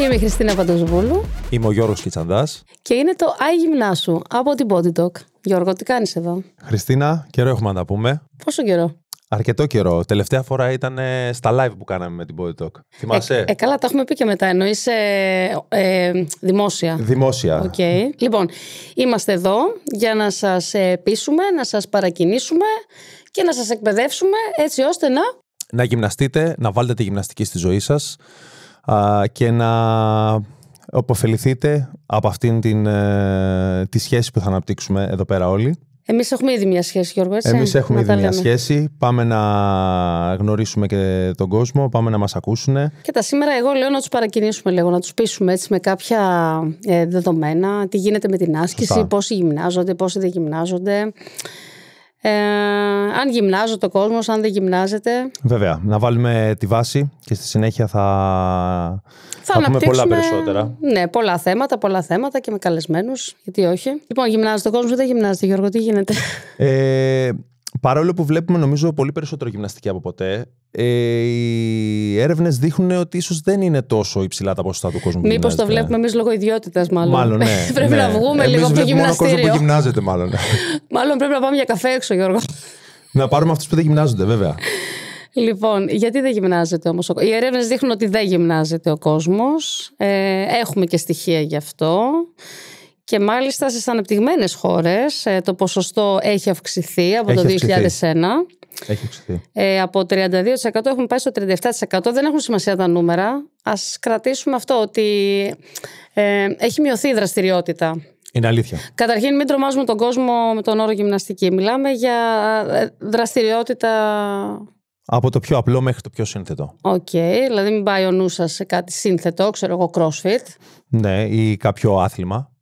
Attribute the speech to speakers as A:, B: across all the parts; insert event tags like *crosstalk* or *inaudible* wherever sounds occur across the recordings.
A: Είμαι η Χριστίνα Παντοσβούλου
B: Είμαι ο Γιώργος Κιτσαντάς.
A: και είναι το Άι Γυμνάσου από την Body Talk. Γιώργο, τι κάνεις εδώ.
B: Χριστίνα, καιρό έχουμε να τα πούμε.
A: Πόσο καιρό.
B: Αρκετό καιρό. Τελευταία φορά ήταν ε, στα live που κάναμε με την Body Talk. Θυμάσαι.
A: Ε, καλά, τα έχουμε πει και μετά. Εννοείς ε, ε, δημόσια.
B: Δημόσια.
A: Οκ. Λοιπόν, είμαστε εδώ για να σας ε, πείσουμε, να σας παρακινήσουμε και να σας εκπαιδεύσουμε έτσι ώστε να...
B: Να γυμναστείτε, να βάλετε τη γυμναστική στη ζωή σας α, και να αποφεληθείτε από αυτήν την, ε, τη σχέση που θα αναπτύξουμε εδώ πέρα όλοι.
A: Εμείς έχουμε ήδη μια σχέση, Γιώργο, έτσι.
B: Εμείς έχουμε
A: να τα
B: ήδη μια
A: λέμε.
B: σχέση. Πάμε να γνωρίσουμε και τον κόσμο, πάμε να μας ακούσουν.
A: Και τα σήμερα εγώ λέω να τους παρακινήσουμε λίγο, να τους πείσουμε έτσι με κάποια ε, δεδομένα, τι γίνεται με την άσκηση,
B: Σωστά.
A: πόσοι γυμνάζονται, πόσοι δεν γυμνάζονται. Ε, αν γυμνάζεται ο κόσμος, αν δεν γυμνάζεται.
B: Βέβαια, να βάλουμε τη βάση και στη συνέχεια θα,
A: Θα
B: θα πούμε πολλά
A: αναπτύξουμε-
B: περισσότερα.
A: Ναι, πολλά θέματα, πολλά θέματα και με καλεσμένους, γιατί όχι. Λοιπόν, γυμνάζεται ο κόσμος, δεν γυμνάζεται Γιώργο, τι
B: *laughs*
A: γίνεται.
B: Ε, παρόλο που βλέπουμε νομίζω πολύ περισσότερο γυμναστική από ποτέ, ε, οι έρευνες δείχνουν ότι ίσως δεν είναι τόσο υψηλά τα ποσοστά του κόσμου που
A: Μήπως το
B: γυμνάζεται.
A: βλέπουμε εμείς λόγω ιδιότητας μάλλον.
B: Μάλλον, ναι.
A: *laughs* πρέπει
B: ναι.
A: να βγούμε
B: Εμείς
A: λίγο από το
B: βλέπουμε μόνο κόσμο
A: γυμναστήριο.
B: που γυμνάζεται,
A: *laughs*
B: μάλλον.
A: Μάλλον πρέπει να πάμε για καφέ έξω, Γιώργο.
B: να πάρουμε αυτούς που δεν γυμνάζονται, βέβαια.
A: Λοιπόν, γιατί δεν γυμνάζεται όμως ο κόσμο. Οι έρευνες δείχνουν ότι δεν γυμνάζεται ο κόσμος. Ε, έχουμε και στοιχεία γι' αυτό. Και μάλιστα στις ανεπτυγμένες χώρες ε, το ποσοστό έχει αυξηθεί από
B: Έχει
A: το
B: αυξηθεί.
A: 2001.
B: Έχει αυξηθεί.
A: Ε, από 32% έχουμε πάει στο 37%. Δεν έχουν σημασία τα νούμερα. Ας κρατήσουμε αυτό ότι ε, έχει μειωθεί η δραστηριότητα.
B: Είναι αλήθεια.
A: Καταρχήν, μην τρομάζουμε τον κόσμο με τον όρο γυμναστική. Μιλάμε για ε, δραστηριότητα
B: Από το πιο απλό μέχρι το πιο σύνθετο.
A: Οκ, δηλαδή μην πάει ο νους σας σε κάτι σύνθετο, ξέρω εγώ, crossfit.
B: Ναι, ή κάποιο άθλημα.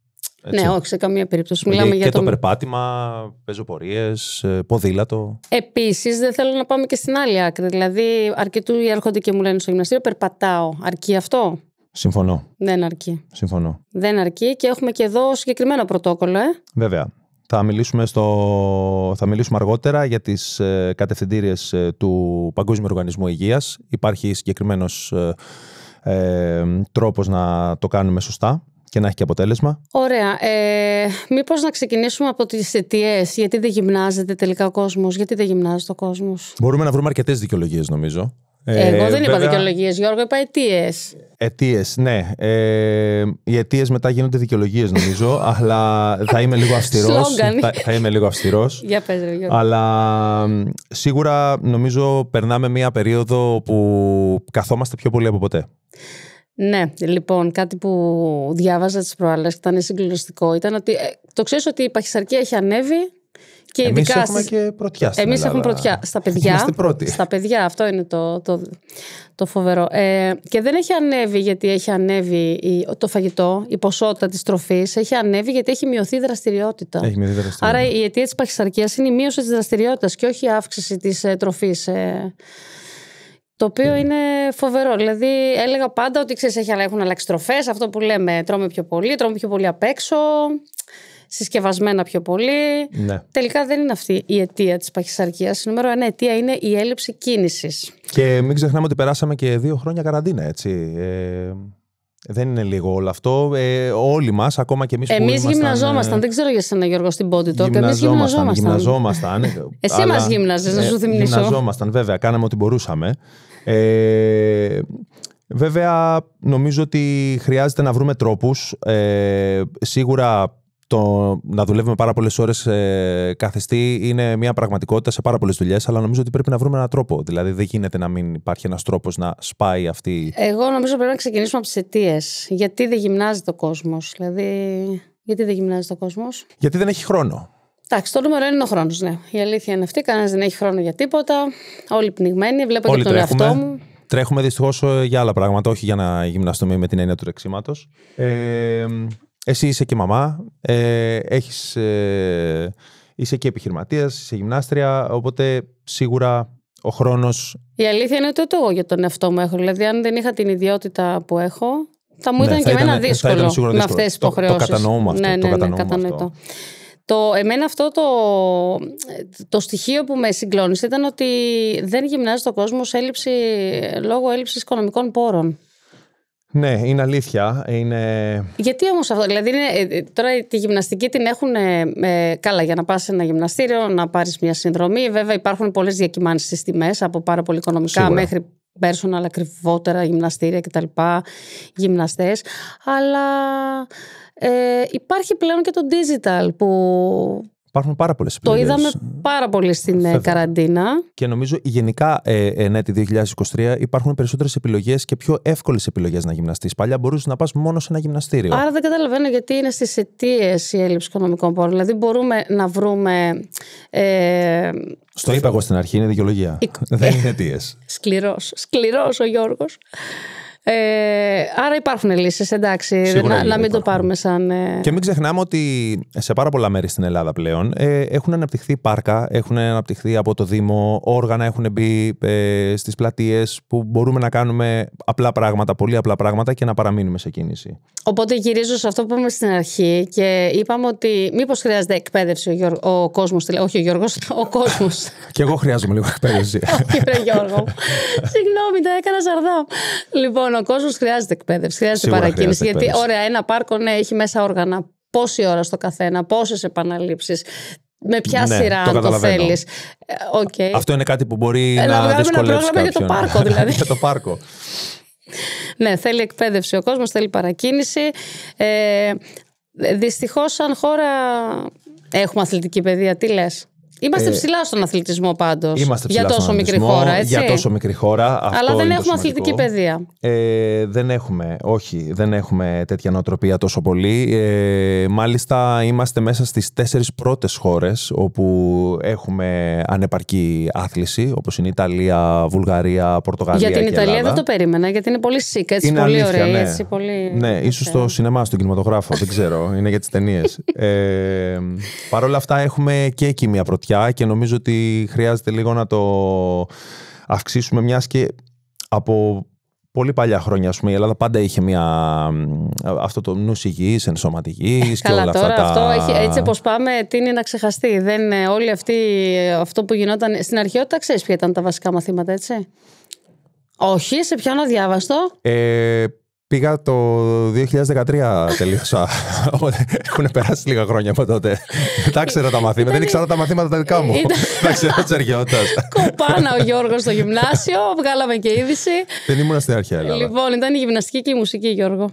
B: Έτσι.
A: Ναι, όχι, σε καμία περίπτωση.
B: Και,
A: Μιλάμε για
B: και το
A: τον.
B: περπάτημα, πεζοπορίες, ε, ποδήλατο.
A: Επίσης, δεν θέλω να πάμε και στην άλλη άκρη. Δηλαδή, αρκετού οι έρχονται και μου λένε στο γυμναστήριο, περπατάω. Αρκεί αυτό.
B: Συμφωνώ.
A: Δεν αρκεί.
B: Συμφωνώ.
A: Δεν αρκεί και έχουμε και εδώ συγκεκριμένο πρωτόκολλο, ε.
B: Βέβαια. Θα μιλήσουμε, στο... θα μιλήσουμε αργότερα για τις ε, κατευθυντήριες ε, του Παγκόσμιου Οργανισμού Υγείας. Υπάρχει συγκεκριμένος ε, ε, τρόπος να το κάνουμε σωστά και να έχει και αποτέλεσμα.
A: Ωραία. Ε, Μήπως να ξεκινήσουμε από τις αιτίε. Γιατί δεν γυμνάζεται τελικά ο κόσμος, Γιατί δεν γυμνάζεται ο κόσμος.
B: Μπορούμε να βρούμε αρκετές δικαιολογίες νομίζω.
A: Εγώ δεν είπα
B: Ε, βέβαια,
A: δικαιολογίες, Γιώργο, είπα αιτίες.
B: αιτίες, ναι. Ε, οι αιτίες μετά γίνονται δικαιολογίες νομίζω, *laughs* αλλά θα είμαι λίγο αυστηρός.
A: Σλόγγαν.
B: θα, θα είμαι λίγο αυστηρός.
A: Για πες, ρε, Γιώργο.
B: Αλλά μ, σίγουρα νομίζω περνάμε μία περίοδο που καθόμαστε πιο πολύ από ποτέ.
A: Ναι, λοιπόν, κάτι που διάβαζα τις προάλλες και ήταν συγκλονιστικό ήταν ότι ε, το ξέρεις ότι η παχυσαρκία έχει ανέβει και
B: Εμείς
A: ειδικά.
B: έχουμε
A: στις-
B: και πρωτιά στην
A: Εμείς
B: Ελλάδα.
A: έχουμε πρωτιά. Στα παιδιά.
B: Είμαστε πρώτοι.
A: Στα παιδιά, αυτό είναι το, το, το φοβερό. Ε, και δεν έχει ανέβει γιατί έχει ανέβει η- το φαγητό, η ποσότητα της τροφής. Έχει ανέβει γιατί έχει μειωθεί η δραστηριότητα.
B: Έχει μειωθεί η δραστηριότητα.
A: Άρα η αιτία της παχυσαρκίας είναι η μείωση της δραστηριότητας και όχι η αύξηση της ε, τροφής. ε. το οποίο
B: Ναι.
A: είναι φοβερό. Δηλαδή έλεγα πάντα ότι ξέρεις, έχει, έχουν αλλάξει τροφές, αυτό που λέμε τρώμε πιο πολύ, τρώμε πιο πολύ απ' έξω, συσκευασμένα πιο πολύ.
B: Ναι.
A: Τελικά δεν είναι αυτή η αιτία της παχυσαρκίας. Η νούμερο ένα αιτία είναι η έλλειψη κίνησης.
B: Και μην ξεχνάμε ότι περάσαμε και δύο χρόνια καραντίνα, έτσι. Ε, δεν είναι λίγο όλο αυτό. Ε, όλοι μας, ακόμα και εμείς που
A: Εμείς
B: ήμασταν,
A: γυμναζόμασταν,
B: ε,
A: δεν ξέρω για σένα Γιώργο στην πόντη το, εμείς
B: Γυμναζόμασταν.
A: γυμναζόμασταν.
B: γυμναζόμασταν ε,
A: *laughs* Εσύ μας γύμναζες, να σου θυμίσω.
B: Γυμναζόμασταν, βέβαια. Κάναμε ό,τι μπορούσαμε. Ε, βέβαια, νομίζω ότι χρειάζεται να βρούμε τρόπους. Ε, σίγουρα το να δουλεύουμε πάρα πολλές ώρες ε, καθεστή είναι μια πραγματικότητα σε πάρα πολλές δουλειές, αλλά νομίζω ότι πρέπει να βρούμε έναν τρόπο. Δηλαδή, δεν γίνεται να μην υπάρχει ένας τρόπος να σπάει αυτή.
A: Εγώ νομίζω πρέπει να ξεκινήσουμε από τις αιτίες. Γιατί δεν γυμνάζεται ο κόσμος, δηλαδή... Γιατί δεν γυμνάζεται ο κόσμος.
B: Γιατί δεν έχει χρόνο.
A: Εντάξει, το νούμερο ένα είναι ο χρόνος, ναι. Η αλήθεια είναι αυτή. Κανένας δεν έχει χρόνο για τίποτα. Όλοι πνιγμένοι. Βλέπω
B: Όλοι
A: και τον εαυτό
B: τρέχουμε.
A: μου.
B: Τρέχουμε δυστυχώς για άλλα πράγματα, όχι για να γυμναστούμε με την έννοια του ρεξίματος. Ε, εσύ είσαι και μαμά, ε, έχεις, ε, είσαι και επιχειρηματίας, είσαι γυμνάστρια. Οπότε σίγουρα ο χρόνος.
A: Η αλήθεια είναι ότι ούτε εγώ για τον εαυτό μου έχω. Δηλαδή, αν δεν είχα την ιδιότητα που έχω, θα μου
B: Ναι,
A: ήταν
B: θα
A: και
B: ήταν-
A: εμένα
B: θα ήταν
A: δύσκολο,
B: σίγουρα
A: με
B: δύσκολο.
A: αυτέ τι
B: Το- το
A: υποχρεώσει.
B: κατανοούμε αυτό,
A: Ναι,
B: το
A: ναι, ναι,
B: κατανοούμε
A: κατανοητό.
B: αυτό.
A: Το, εμένα αυτό το, το στοιχείο που με συγκλώνησε ήταν ότι δεν γυμνάζεται ο κόσμο έλλειψη, λόγω έλλειψης οικονομικών πόρων.
B: Ναι, είναι αλήθεια. Είναι...
A: Γιατί όμως αυτό, δηλαδή είναι, ε, ε, τώρα τη γυμναστική την έχουν. ε, ε, καλά, για να πας σε ένα γυμναστήριο, να πάρεις μια συνδρομή. Βέβαια, υπάρχουν πολλές διακυμάνσεις στι τιμές, από πάρα πολύ οικονομικά
B: Σίγουρα.
A: μέχρι personal ακριβότερα γυμναστήρια κτλ. Γυμναστές. Αλλά ε, υπάρχει πλέον και το digital που
B: Υπάρχουν πάρα πολλές
A: το
B: επιλογές.
A: είδαμε πάρα πολύ στην ε,
B: Βέβαια.
A: καραντίνα.
B: Και νομίζω γενικά ε, εν έτη 2023 υπάρχουν περισσότερες επιλογές και πιο εύκολες επιλογές να γυμναστείς. Παλιά μπορούσες να πας μόνο σε ένα γυμναστήριο.
A: Άρα δεν καταλαβαίνω γιατί είναι στις αιτίες η έλλειψη οικονομικών πόρων. Δηλαδή μπορούμε να βρούμε ε,
B: Στο είπα εγώ στην αρχή, είναι δικαιολογία. Δεν είναι αιτίες.
A: Σκληρός, σκληρός ο Γιώργος. Ε, άρα υπάρχουν λύσεις, εντάξει.
B: Σίγουρα
A: να, να μην το
B: υπάρχουν.
A: πάρουμε σαν... ε,
B: Και μην ξεχνάμε ότι σε πάρα πολλά μέρη στην Ελλάδα πλέον ε, έχουν αναπτυχθεί πάρκα, έχουν αναπτυχθεί από το Δήμο, όργανα έχουν μπει ε, στις πλατείες που μπορούμε να κάνουμε απλά πράγματα, πολύ απλά πράγματα και να παραμείνουμε σε κίνηση.
A: Οπότε γυρίζω σε αυτό που είπαμε στην αρχή και είπαμε ότι μήπως χρειάζεται εκπαίδευση ο, Γιώργο, ο κόσμος, τηλε- όχι ο Γιώργος, *laughs* ο κόσμος.
B: Και εγώ χρειάζομαι λίγο εκπαίδευση.
A: όχι ρε Γιώργο
B: *laughs*
A: μου. Συγγνώμη, τα έκανα σαρδάμ. Λοιπόν, ο κόσμος χρειάζεται εκπαίδευση, χρειάζεται
B: Σίγουρα
A: παρακίνηση.
B: χρειάζεται
A: γιατί
B: εκπαίδευση.
A: ωραία, ένα πάρκο ναι, έχει μέσα όργανα. Πόση ώρα στο καθένα, πόσες επαναλήψεις, με ποια
B: Ναι,
A: σειρά
B: το
A: αν το
B: καταλαβαίνω.
A: θέλεις. Ε, οκ.
B: *laughs* Αυτό είναι κάτι που μπορεί
A: Ε, να
B: να,
A: βγάλουμε ένα
B: δυσκολεύσει
A: πρόγραμμα για το
B: κάποιον.
A: πάρκο, δηλαδή.
B: *laughs* για το πάρκο.
A: Ναι, θέλει εκπαίδευση ο κόσμος, θέλει παρακίνηση. Ε, δυστυχώς σαν χώρα έχουμε αθλητική παιδεία, τι λες. Είμαστε ψηλά στον αθλητισμό πάντως.
B: Ε, Είμαστε ψηλά
A: για τόσο
B: στον
A: μικρή
B: αναλυσμό,
A: χώρα, έτσι.
B: Για τόσο μικρή χώρα. Αυτό
A: Αλλά δεν
B: είναι το
A: έχουμε αθλητική
B: σημαντικό.
A: παιδεία.
B: Ε, δεν έχουμε, όχι, δεν έχουμε τέτοια νοοτροπία τόσο πολύ. Ε, μάλιστα, είμαστε μέσα στις τέσσερις πρώτες χώρες όπου έχουμε ανεπαρκή άθληση, όπως είναι η Ιταλία, Βουλγαρία, Πορτογαλία
A: για την
B: και
A: Ιταλία
B: Ελλάδα.
A: δεν το περίμενα, γιατί είναι πολύ sick, έτσι,
B: Είναι
A: πολύ
B: αλήθεια,
A: ωραία.
B: ναι.
A: Έτσι, πολύ...
B: Ναι, ίσως στο σινεμά, στον κινηματογράφο, δεν ξέρω. Είναι για τις ταινίες.
A: *laughs*
B: ε, Παρ' όλα αυτά, έχουμε και εκεί μια πρωτιά και νομίζω ότι χρειάζεται λίγο να το αυξήσουμε, μιας και από πολύ παλιά χρόνια, ας πούμε, η Ελλάδα πάντα είχε μια, μ, αυτό το νους υγιής, ενσωματικής και
A: Ε, Καλά,
B: όλα
A: τώρα
B: αυτά τα...
A: αυτό έχει, έτσι όπως πάμε, τίνει να ξεχαστεί. Δεν, ε, όλοι αυτοί, ε, αυτό που γινόταν στην αρχαιότητα, ξέρεις ποια ήταν τα βασικά μαθήματα, έτσι. Όχι, σε πιάνω αδιάβαστο.
B: Ε, πήγα το 2013
A: *laughs*
B: τελείωσα. Οπότε Έχουν περάσει λίγα χρόνια από τότε. τα ξέρα τα μαθήματα. Δεν ήξερα τα μαθήματα τα δικά μου.
A: Ήταν-
B: Τα ξέρω της αρχαιότητα.
A: Κοπάνα ο Γιώργος στο γυμνάσιο, βγάλαμε και είδηση.
B: Δεν ήμουν στην αρχαία Ελλάδα.
A: λοιπόν, ήταν η γυμναστική και η μουσική, Γιώργο.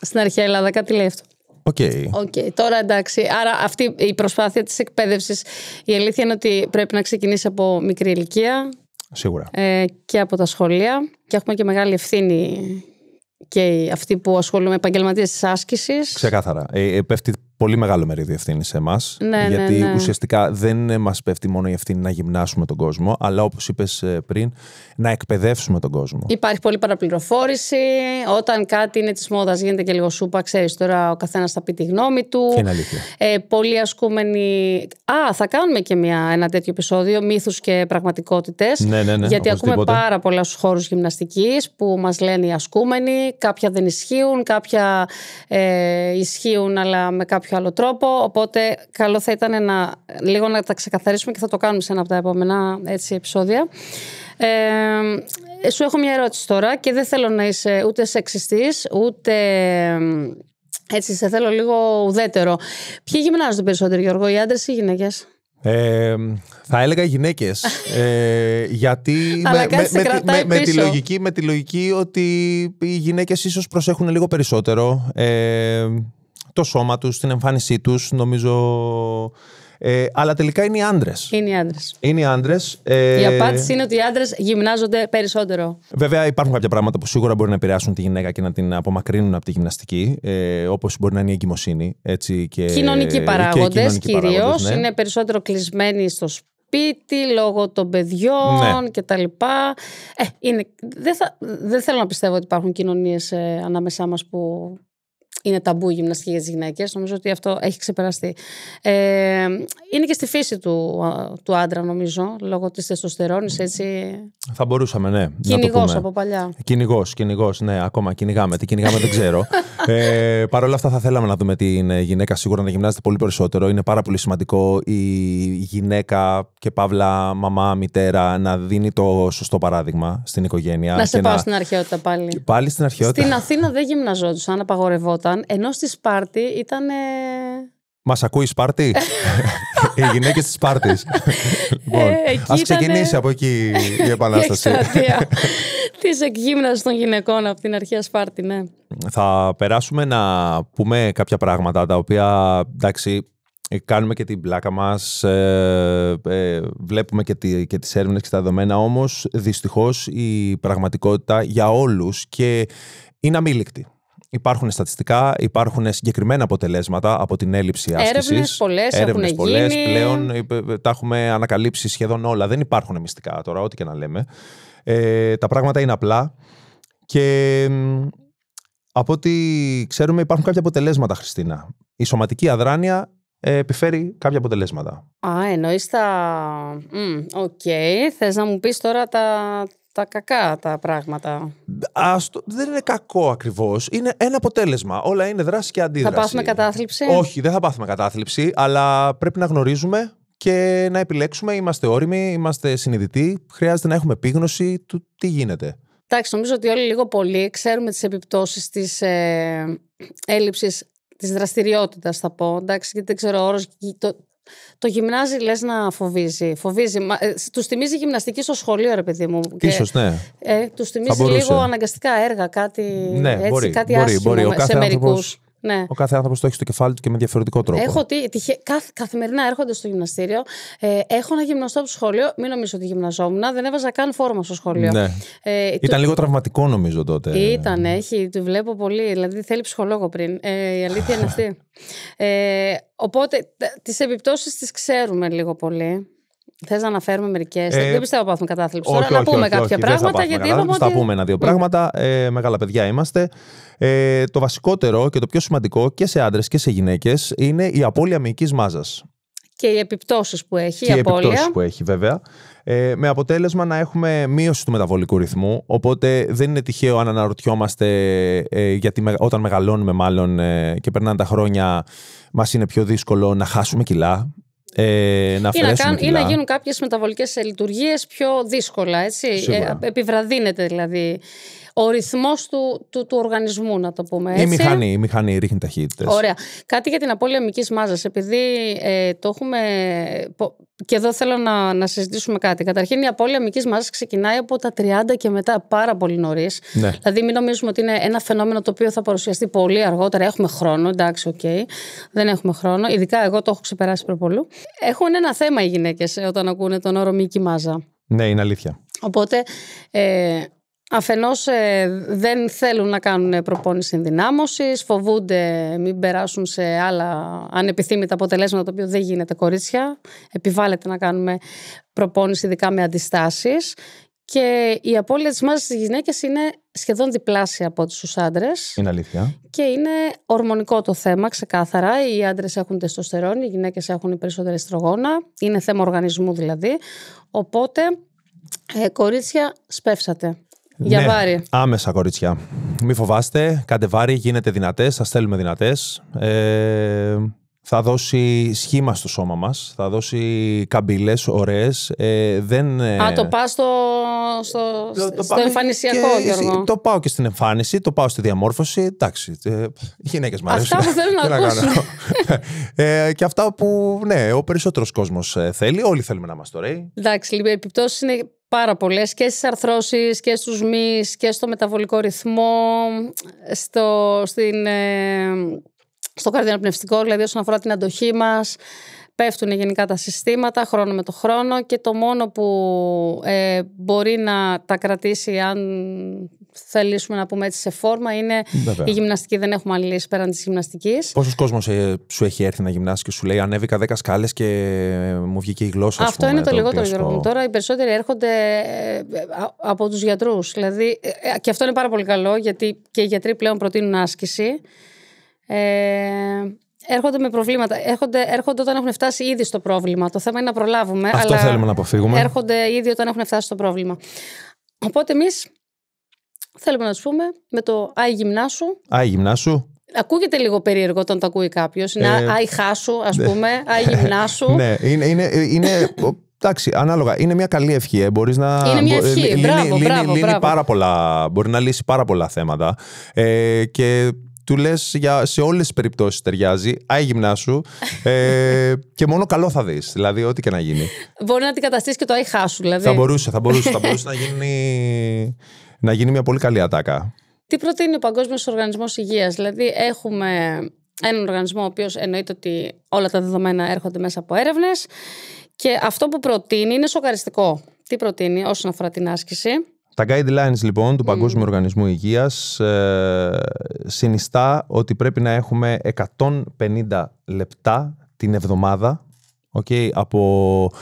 A: Στην αρχαία Ελλάδα, κάτι λέει αυτό.
B: Οκ.
A: Οκ, τώρα εντάξει. Άρα αυτή η προσπάθεια της εκπαίδευσης, η αλήθεια είναι ότι πρέπει να ξεκινήσει από μικρή ηλικία
B: Σίγουρα.
A: ε, και από τα σχολεία και έχουμε και μεγάλη ευθύνη και οι- αυτοί που ασχολούνται με επαγγελματίες της άσκησης.
B: Ξεκάθαρα. Ε, ε, πέφτει πολύ μεγάλο μερίδιο ευθύνη σε εμάς.
A: Ναι, ναι,
B: γιατί
A: ναι.
B: ουσιαστικά δεν μας πέφτει μόνο η ευθύνη να γυμνάσουμε τον κόσμο, αλλά όπως είπες πριν, να εκπαιδεύσουμε τον κόσμο.
A: Υπάρχει πολλή παραπληροφόρηση. Όταν κάτι είναι της μόδας γίνεται και λίγο σούπα, ξέρεις τώρα ο καθένας θα πει τη γνώμη του.
B: Είναι αλήθεια.
A: Ε, πολλοί ασκούμενοι. Α, θα κάνουμε και μια, ένα τέτοιο επεισόδιο, μύθους και πραγματικότητες.
B: Ναι, ναι, ναι,
A: γιατί ακούμε
B: οπωσδήποτε.
A: πάρα πολλά στους χώρους γυμναστικής που μας λένε οι ασκούμενοι. Κάποια δεν ισχύουν, κάποια ε, ισχύουν, αλλά με κάποιο άλλο τρόπο. Οπότε, καλό θα ήταν να, λίγο να τα ξεκαθαρίσουμε και θα το κάνουμε σε ένα από τα επόμενα έτσι, επεισόδια. Ε, ε, σου έχω μια ερώτηση τώρα και δεν θέλω να είσαι ούτε σεξιστής, ούτε ε, έτσι, σε θέλω λίγο ουδέτερο. Ποιοι γυμνάζονται περισσότερο, Γιώργο, οι άντρες ή οι γυναίκες.
B: Ε, θα έλεγα γυναίκες. ε, γιατί
A: Αλλά
B: με,
A: κάτι σε
B: τη-
A: κρατάει
B: με τη
A: πίσω.
B: λογική, με τη λογική ότι οι γυναίκες ίσως προσέχουν λίγο περισσότερο ε, το σώμα τους, την εμφάνισή τους, νομίζω. Ε, αλλά τελικά είναι οι άντρες.
A: Είναι οι άντρες.
B: Είναι οι άντρες. Ε,
A: Η απάντηση είναι ότι οι άντρες γυμνάζονται περισσότερο.
B: Βέβαια, υπάρχουν κάποια πράγματα που σίγουρα μπορεί να επηρεάσουν τη γυναίκα και να την απομακρύνουν από τη γυμναστική, ε, όπως μπορεί να είναι η εγκυμοσύνη. Έτσι, και,
A: Κοινωνικοί
B: Ε, και
A: παράγοντες
B: κοινωνικοί
A: κυρίως.
B: παράγοντες, ναι.
A: Είναι περισσότερο κλεισμένοι στο σπίτι λόγω των παιδιών
B: Ναι.
A: κτλ. Ε, είναι, δεν, θα, δεν θέλω να πιστεύω ότι υπάρχουν κοινωνίες ανάμεσά μας ε, που είναι ταμπού η γυμναστική για τις γυναίκες. Νομίζω ότι αυτό έχει ξεπεραστεί. Ε, είναι και στη φύση του, α, του άντρα, νομίζω, λόγω της τεστοστερόνης. Έτσι.
B: Θα μπορούσαμε, ναι.
A: Κυνηγός
B: πούμε.
A: από παλιά.
B: Κυνηγός, κυνηγός, ναι, ακόμα κυνηγάμε. Τι κυνηγάμε δεν
A: *laughs*
B: ξέρω. ε, Παρ' όλα αυτά, θα θέλαμε να δούμε την ε, γυναίκα σίγουρα να γυμνάζεται πολύ περισσότερο. Είναι πάρα πολύ σημαντικό η γυναίκα και παύλα μαμά, μητέρα να δίνει το σωστό παράδειγμα στην οικογένεια.
A: Να σε
B: και
A: πάω στην αρχαιότητα πάλι.
B: και Πάλι στην αρχαιότητα.
A: Στην Αθήνα δεν γυμναζόντουσαν, απαγορευόταν, ενώ στη Σπάρτη ήταν. ε,
B: Μας ακούει η
A: *laughs*
B: Σπάρτη. Οι γυναίκες της Σπάρτης. λοιπόν,
A: Ε, εκεί
B: ας
A: ήτανε-
B: ξεκινήσει από εκεί
A: *laughs*
B: η επανάσταση.
A: Η εκστρατεία *laughs* της εκγύμναση των γυναικών από την αρχαία Σπάρτη, ναι.
B: θα περάσουμε να πούμε κάποια πράγματα τα οποία εντάξει ε, κάνουμε και την πλάκα μας, ε, ε, βλέπουμε και, τη, και τις έρευνες και τα δεδομένα, όμως δυστυχώς η πραγματικότητα για όλους και είναι αμήλικτη. Υπάρχουν στατιστικά, υπάρχουν συγκεκριμένα αποτελέσματα από την έλλειψη άσκησης.
A: Έρευνες πολλές
B: Έρευνες
A: έχουν
B: πολλές,
A: γίνει.
B: πλέον ε, ε, τα έχουμε ανακαλύψει σχεδόν όλα. Δεν υπάρχουν μυστικά τώρα, ό,τι και να λέμε. Ε, τα πράγματα είναι απλά και μ, από ό,τι ξέρουμε υπάρχουν κάποια αποτελέσματα, Χριστίνα. Η σωματική αδράνεια ε, επιφέρει κάποια αποτελέσματα.
A: Α, εννοείς τα... Μμ, Οκ, θες να μου πεις τώρα τα, τα κακά τα πράγματα.
B: Ας το- δεν είναι κακό ακριβώς, είναι ένα αποτέλεσμα. Όλα είναι δράση και αντίδραση.
A: Θα πάθουμε κατάθλιψη.
B: Όχι, δεν θα πάθουμε κατάθλιψη, αλλά πρέπει να γνωρίζουμε και να επιλέξουμε. Είμαστε όριμοι, είμαστε συνειδητοί. Χρειάζεται να έχουμε επίγνωση του τι γίνεται.
A: Εντάξει, νομίζω ότι όλοι λίγο πολύ ξέρουμε τις επιπτώσεις της ε, έλλειψης της δραστηριότητας, θα πω. Εντάξει, γιατί δεν ξέρω, ο όρος... γι- Το, το γυμνάζει λες να φοβίζει. φοβίζει. Μα, ε, σ- τους θυμίζει γυμναστική στο σχολείο, ρε παιδί μου. Και,
B: Ίσως, ναι.
A: Ε, τους θυμίζει
B: μπορούσε.
A: λίγο αναγκαστικά έργα, κάτι,
B: Ναι,
A: έτσι,
B: μπορεί,
A: κάτι
B: μπορεί,
A: άσχημο
B: μπορεί. Ο
A: με-
B: κάθε
A: σε
B: άνθρωπος-
A: μερικούς. Ναι.
B: Ο κάθε άνθρωπος το έχει στο κεφάλι του και με διαφορετικό τρόπο.
A: Έχω τι, τυχε- καθ- καθημερινά έρχονται στο γυμναστήριο. Ε, έχω να γυμναστώ από το σχολείο. Μην νομίζω ότι γυμναζόμουν. Δεν έβαζα καν φόρμα στο σχολείο.
B: Ναι.
A: Ε, του-
B: Ήταν λίγο τραυματικό νομίζω τότε.
A: Ήταν, έχει, τη βλέπω πολύ. Δηλαδή θέλει ψυχολόγο πριν. Ε, η αλήθεια είναι αυτή. Ε, οπότε τ- τις επιπτώσεις τις ξέρουμε λίγο πολύ. Θες να αναφέρουμε μερικές.
B: Ε,
A: δεν πιστεύω να πάθουμε κατάθλιψη.
B: Όχι,
A: Τώρα να
B: όχι,
A: πούμε
B: όχι,
A: κάποια
B: όχι, δεν θα
A: πράγματα.
B: πάθουμε
A: Γιατί
B: καλά,
A: είπαμε
B: θα
A: ότι. Ναι.
B: πούμε ένα-δύο πράγματα. Ε, μεγάλα παιδιά είμαστε. Ε, το βασικότερο και το πιο σημαντικό και σε άντρες και σε γυναίκες είναι η απώλεια μυϊκής μάζας.
A: Και οι επιπτώσεις που έχει,
B: Και
A: η
B: οι
A: απώλεια.
B: επιπτώσεις που έχει, βέβαια. Ε, με αποτέλεσμα να έχουμε μείωση του μεταβολικού ρυθμού. Οπότε δεν είναι τυχαίο αν αναρωτιόμαστε, ε, γιατί με- όταν μεγαλώνουμε, μάλλον ε, και περνάνε τα χρόνια, μας είναι πιο δύσκολο να χάσουμε κιλά. Ε, να
A: ή να,
B: αφαιρέσουμε
A: κάν- ή
B: κιλά.
A: να γίνουν κάποιες μεταβολικές ε, λειτουργίες πιο δύσκολα, έτσι.
B: Σίγουρα.
A: Ε, επιβραδύνεται δηλαδή ο ρυθμός του, του, του οργανισμού, να το πούμε
B: Η
A: έτσι.
B: μηχανή, η μηχανή ρίχνει ταχύτητες.
A: Ωραία. Κάτι για την απώλεια μυϊκής μάζας, επειδή ε, το έχουμε... πο- Και εδώ θέλω να, να συζητήσουμε κάτι. Καταρχήν η απώλεια μυϊκής μάζας ξεκινάει από τα 30 και μετά πάρα πολύ νωρίς.
B: Ναι.
A: Δηλαδή, μην νομίζουμε ότι είναι ένα φαινόμενο το οποίο θα παρουσιαστεί πολύ αργότερα. Έχουμε χρόνο, εντάξει, οκ. Δεν έχουμε χρόνο. Ειδικά εγώ το έχω ξεπεράσει προπολού. Έχουν ένα θέμα οι γυναίκες όταν ακούνε τον όρο μυϊκή μάζα.
B: Ναι, είναι αλήθεια.
A: Οπότε, ε, αφενός ε, δεν θέλουν να κάνουν προπόνηση ενδυνάμωσης, φοβούνται μην περάσουν σε άλλα ανεπιθύμητα αποτελέσματα, το οποίο δεν γίνεται κορίτσια. Επιβάλλεται να κάνουμε προπόνηση ειδικά με αντιστάσεις. Και η απώλεια της μάζας στις γυναίκες είναι σχεδόν διπλάσια από ό,τι στους άντρες.
B: Είναι αλήθεια.
A: Και είναι ορμονικό το θέμα, ξεκάθαρα. Οι άντρες έχουν τεστοστερόνη, οι γυναίκες έχουν περισσότερα εστρογόνα. Είναι θέμα οργανισμού δηλαδή. Οπότε, ε, κορίτσια, σπεύσατε. Για
B: Ναι,
A: βάρη.
B: Άμεσα, κορίτσια. Μη φοβάστε. Κάντε βάρη, γίνετε δυνατές. Σας θέλουμε δυνατές. Ε, θα δώσει σχήμα στο σώμα μας. Θα δώσει καμπύλες, ωραίες. Ε, δεν. ε,
A: Α, το πας στο, στο, στο
B: πάμε
A: εμφανισιακό,
B: και-
A: Γιώργο.
B: Το πάω και στην εμφάνιση, το πάω στη διαμόρφωση. Εντάξει. Ε, οι γυναίκες μου αρέσουν.
A: Αυτά που θέλουν να
B: Τι κάνω.
A: ακούσουν.
B: ε, και αυτά που, ναι, ο περισσότερος κόσμος θέλει. Όλοι θέλουμε να είμαστε ωραίοι.
A: Εντάξει, λοιπόν, οι επιπτώσεις είναι πάρα πολλές και στις αρθρώσεις και στους μυς και στο μεταβολικό ρυθμό, στο, στην, ε, στο καρδιοπνευστικό, δηλαδή όσον αφορά την αντοχή μας. Πέφτουν γενικά τα συστήματα χρόνο με το χρόνο και το μόνο που ε, μπορεί να τα κρατήσει αν θελήσουμε να πούμε έτσι σε φόρμα είναι
B: Βέβαια.
A: η γυμναστική. Δεν έχουμε άλλη λύση πέραν της γυμναστικής.
B: Πόσος κόσμος ε, σου έχει έρθει να γυμνάσεις και σου λέει Ανέβηκα 10 σκάλες και ε, μου βγήκε η γλώσσα. ας
A: Αυτό
B: πούμε,
A: είναι το, λιγότερο
B: κλασικό».
A: Γιώργο μου. Τώρα οι περισσότεροι έρχονται ε, ε, α- από τους γιατρούς. Δηλαδή, ε, ε, και αυτό είναι πάρα πολύ καλό γιατί και οι γιατροί πλέον προτείνουν άσκηση. Ε, έρχονται με προβλήματα. Έρχονται, έρχονται όταν έχουν φτάσει ήδη στο πρόβλημα. Το θέμα είναι να προλάβουμε.
B: Αυτό
A: αλλά
B: θέλουμε να αποφύγουμε.
A: Έρχονται ήδη όταν έχουν φτάσει στο πρόβλημα. Οπότε εμείς θέλουμε να του πούμε με το Άι γυμνά σου.
B: Άι γυμνάσου.
A: Ακούγεται λίγο περίεργο όταν το ακούει κάποιος. Είναι
B: Ε,
A: Άι χάσου, ας πούμε. Άι γυμνά σου.
B: *laughs* Ναι, είναι. είναι, είναι ο, εντάξει, ανάλογα. Είναι μια καλή ευχή. Ε. Μπορείς να.
A: Είναι μια
B: μπο- ε,
A: ευχή.
B: λύνει-
A: Μπράβο,
B: λύνει-
A: μπράβο,
B: λύνει
A: μπράβο.
B: πάρα πολλά. Μπορεί να λύσει πάρα πολλά θέματα. Ε, και του λες σε όλες τις περιπτώσεις ταιριάζει. Άι γυμνά σου.
A: *laughs*
B: Ε, και μόνο καλό θα δεις. Δηλαδή, ό,τι και να γίνει.
A: Μπορεί να αντικαταστήσει και το Άι χάσου. Δηλαδή.
B: θα μπορούσε, θα μπορούσε, θα μπορούσε να γίνει. Να γίνει μια πολύ καλή ατάκα.
A: Τι προτείνει ο Παγκόσμιος Οργανισμός Υγείας, Δηλαδή, έχουμε έναν οργανισμό ο οποίος εννοείται ότι όλα τα δεδομένα έρχονται μέσα από έρευνες. Και αυτό που προτείνει είναι σοκαριστικό. Τι προτείνει όσον αφορά την άσκηση.
B: Τα guidelines λοιπόν του Παγκόσμιου Οργανισμού Υγείας ε, συνιστά ότι πρέπει να έχουμε 150 λεπτά την εβδομάδα okay, από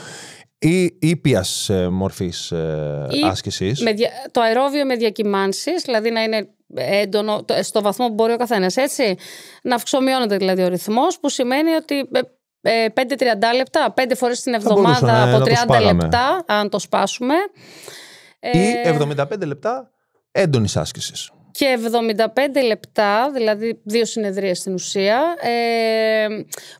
B: ή ήπιας ε, μορφής ε,
A: Ή
B: άσκησης.
A: Με δια- Το αερόβιο με διακυμάνσεις, δηλαδή να είναι έντονο το- στο βαθμό που μπορεί ο καθένας, έτσι. Να αυξομειώνεται δηλαδή ο ρυθμός, που σημαίνει ότι ε, 5-30 λεπτά, 5 φορές την εβδομάδα
B: μπορούσαμε ε, να
A: από
B: το
A: 30
B: σπάγαμε.
A: λεπτά, αν το σπάσουμε. Ε,
B: Ή 75 λεπτά έντονης άσκησης.
A: και 75 λεπτά, δηλαδή δύο συνεδρίες στην ουσία, ε,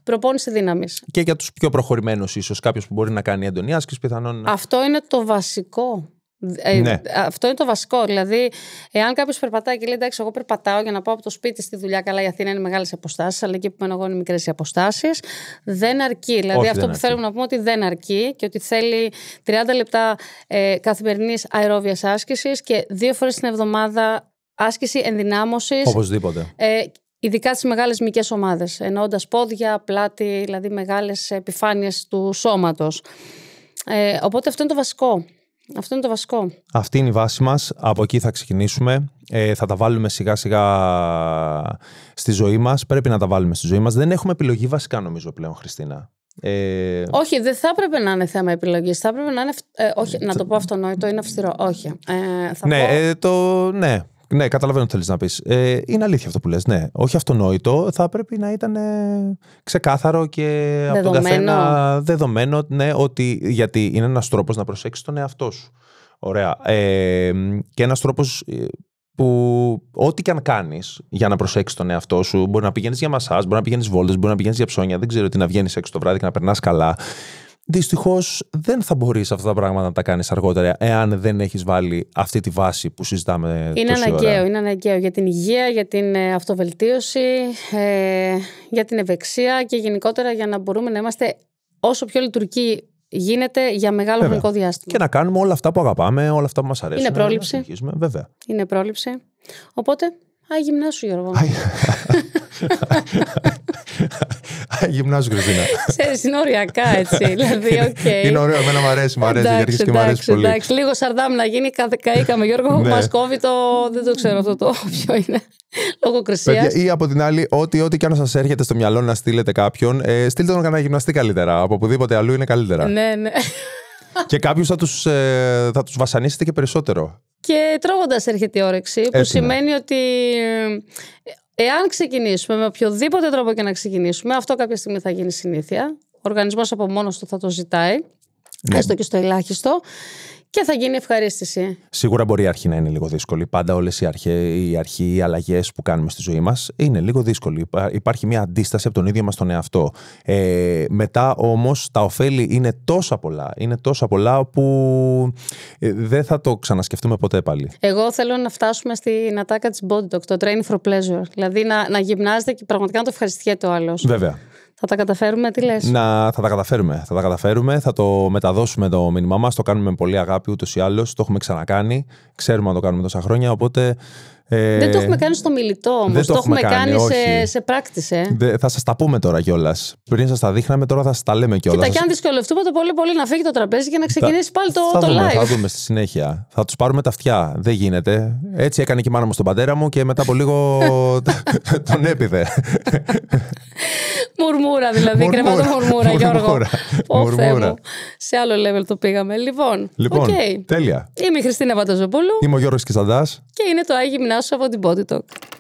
A: προπόνηση δύναμης.
B: Και για τους πιο προχωρημένους ίσως κάποιος που μπορεί να κάνει έντονη άσκηση πιθανόν να-
A: Αυτό είναι το βασικό. Ε,
B: Ναι.
A: Αυτό είναι το βασικό. Δηλαδή, εάν κάποιος περπατάει και λέει: Εντάξει, εγώ περπατάω για να πάω από το σπίτι στη δουλειά. Καλά, η Αθήνα είναι μεγάλες αποστάσεις, αλλά εκεί που μένω εγώ είναι μικρές οι αποστάσεις. Δεν αρκεί. Δηλαδή,
B: Όχι,
A: αυτό
B: δεν
A: που
B: αρκεί.
A: θέλουμε να πούμε ότι δεν αρκεί και ότι θέλει 30 λεπτά ε, καθημερινής αερόβιας άσκησης και δύο φορές την εβδομάδα άσκηση ενδυνάμωσης
B: οπωσδήποτε.
A: Ε, ειδικά στις μεγάλες μυϊκές ομάδες, εννοώντας πόδια, πλάτη, δηλαδή μεγάλες επιφάνειες του σώματος. Ε, οπότε αυτό είναι το βασικό. Αυτό είναι το βασικό.
B: Αυτή είναι η βάση μας, από εκεί θα ξεκινήσουμε. Ε, θα τα βάλουμε σιγά σιγά στη ζωή μας, πρέπει να τα βάλουμε στη ζωή μας. Δεν έχουμε επιλογή βασικά νομίζω πλέον Χριστίνα. Ε,
A: Όχι, δεν θα έπρευε να είναι θέμα επιλογής. Θα έπρεπε να είναι... αυ- ε, όχι, να το πω αυτονόητο, είναι αυστηρό. Όχι. Ε, θα
B: ναι,
A: πω...
B: ε, το, ναι, ναι, καταλαβαίνω τι θέλεις να πεις. Ε, είναι αλήθεια αυτό που λες, ναι. Όχι αυτονόητο, θα πρέπει να ήταν ε, ξεκάθαρο και από τον
A: Δεδομένο.
B: καθένα δεδομένο, ναι, ότι, γιατί είναι ένας τρόπος να προσέξεις τον εαυτό σου. Ωραία. Ε, και ένας τρόπος ε, που ό,τι και αν κάνεις για να προσέξεις τον εαυτό σου, μπορεί να πηγαίνεις για μασάζ, μπορεί να πηγαίνεις βόλτες, μπορεί να πηγαίνεις για ψώνια, δεν ξέρω τι, να βγαίνεις έξω το βράδυ και να περνάς καλά. Δυστυχώς δεν θα μπορείς αυτά τα πράγματα να τα κάνεις αργότερα, εάν δεν έχεις βάλει αυτή τη βάση που συζητάμε
A: Είναι
B: τόση
A: αναγκαίο,
B: ώρα.
A: είναι αναγκαίο για την υγεία, για την ε, αυτοβελτίωση, ε, για την ευεξία και γενικότερα για να μπορούμε να είμαστε όσο πιο λειτουργικοί γίνεται για μεγάλο
B: Βέβαια.
A: χρονικό διάστημα.
B: Και να κάνουμε όλα αυτά που αγαπάμε, όλα αυτά που μας αρέσουν.
A: Είναι πρόληψη.
B: Να συνεχίσουμε, βέβαια.
A: Είναι πρόληψη. Οπότε, α, γυμνά σου Γιώργο.
B: Γυμνάζω, Κριστίνα.
A: *laughs* Ξέρεις, είναι οριακά
B: *laughs*
A: έτσι. δηλαδή, οκ.
B: Είναι ωραίο, εμένα μου αρέσει, μου αρέσει, γιατί αρχίζει και μου αρέσει πολύ.
A: εντάξει. λίγο σαρδάμ να γίνει, κα- καήκαμε Γιώργο,
B: Ναι.
A: μας κόβει το, δεν το ξέρω αυτό το *laughs* ποιο είναι, λογοκρισίας.
B: Παιδιά, ή από την άλλη, ό,τι, ό,τι και αν σας έρχεται στο μυαλό να στείλετε κάποιον, ε, στείλτε τον κανένα γυμναστή καλύτερα. Από οπουδήποτε αλλού είναι καλύτερα.
A: ναι, ναι.
B: και κάποιους θα τους θα τους βασανίσετε και περισσότερο.
A: Και τρώγοντας έρχεται η όρεξη, που
B: Έτσι είναι.
A: σημαίνει ότι ε, εάν ξεκινήσουμε με οποιοδήποτε τρόπο και να ξεκινήσουμε, αυτό κάποια στιγμή θα γίνει συνήθεια. Ο οργανισμός από μόνος του θα το ζητάει,
B: Ναι.
A: έστω και στο ελάχιστο, και θα γίνει ευχαρίστηση.
B: Σίγουρα μπορεί η αρχή να είναι λίγο δύσκολη. Πάντα όλες οι, αρχέ- οι αρχή, οι αλλαγές που κάνουμε στη ζωή μας είναι λίγο δύσκολη. Υπά- Υπάρχει μια αντίσταση από τον ίδιο μας τον εαυτό. Ε, μετά όμως τα ωφέλη είναι τόσα πολλά. Είναι τόσα πολλά που ε, δεν θα το ξανασκεφτούμε ποτέ πάλι.
A: Εγώ θέλω να φτάσουμε στην ατάκα της Body Talk, το Train for Pleasure. Δηλαδή να, να γυμνάζεται και πραγματικά να το ευχαριστιέται ο άλλος.
B: Βέβαια.
A: Θα τα καταφέρουμε, τι λες.
B: Να θα τα καταφέρουμε. Θα τα καταφέρουμε. Θα το μεταδώσουμε το μήνυμά μας. Το κάνουμε με πολύ αγάπη ούτως ή άλλως. Το έχουμε ξανακάνει. Ξέρουμε να το κάνουμε τόσα χρόνια. Οπότε. ε,
A: Δεν το έχουμε κάνει στο μιλητό όμως.
B: δεν το έχουμε κάνει,
A: σε,
B: όχι.
A: σε ε. πράκτισε.
B: Δε- θα σας τα πούμε τώρα κιόλας. Πριν σας τα δείχναμε, τώρα θα σας τα λέμε κιόλας.
A: Κοίτα, και αν δυσκολευτούμε το πολύ πολύ να φύγει το τραπέζι και να ξεκινήσει πάλι το,
B: θα
A: το
B: δούμε, Θα
A: live.
B: δούμε στη συνέχεια. Θα τους πάρουμε τα αυτιά. Δεν γίνεται. Έτσι έκανε και η μάνα μου στον πατέρα μου και μετά από λίγο
A: *laughs*
B: τον έπιδε.
A: Μουρμούρα δηλαδή,
B: Μουρμούρα.
A: κρεβάτο μουρμούρα, Γιώργο.
B: Μουρμούρα.
A: Ω, Θεέ
B: Μουρμούρα.
A: μου. Σε άλλο level το πήγαμε. Λοιπόν,
B: λοιπόν,
A: οκ.
B: τέλεια.
A: είμαι η Χριστίνα Βαταζοπούλου
B: Είμαι ο Γιώργος Κισαντάς.
A: και είναι το Άγι Γυμνάσου από την Body Talk.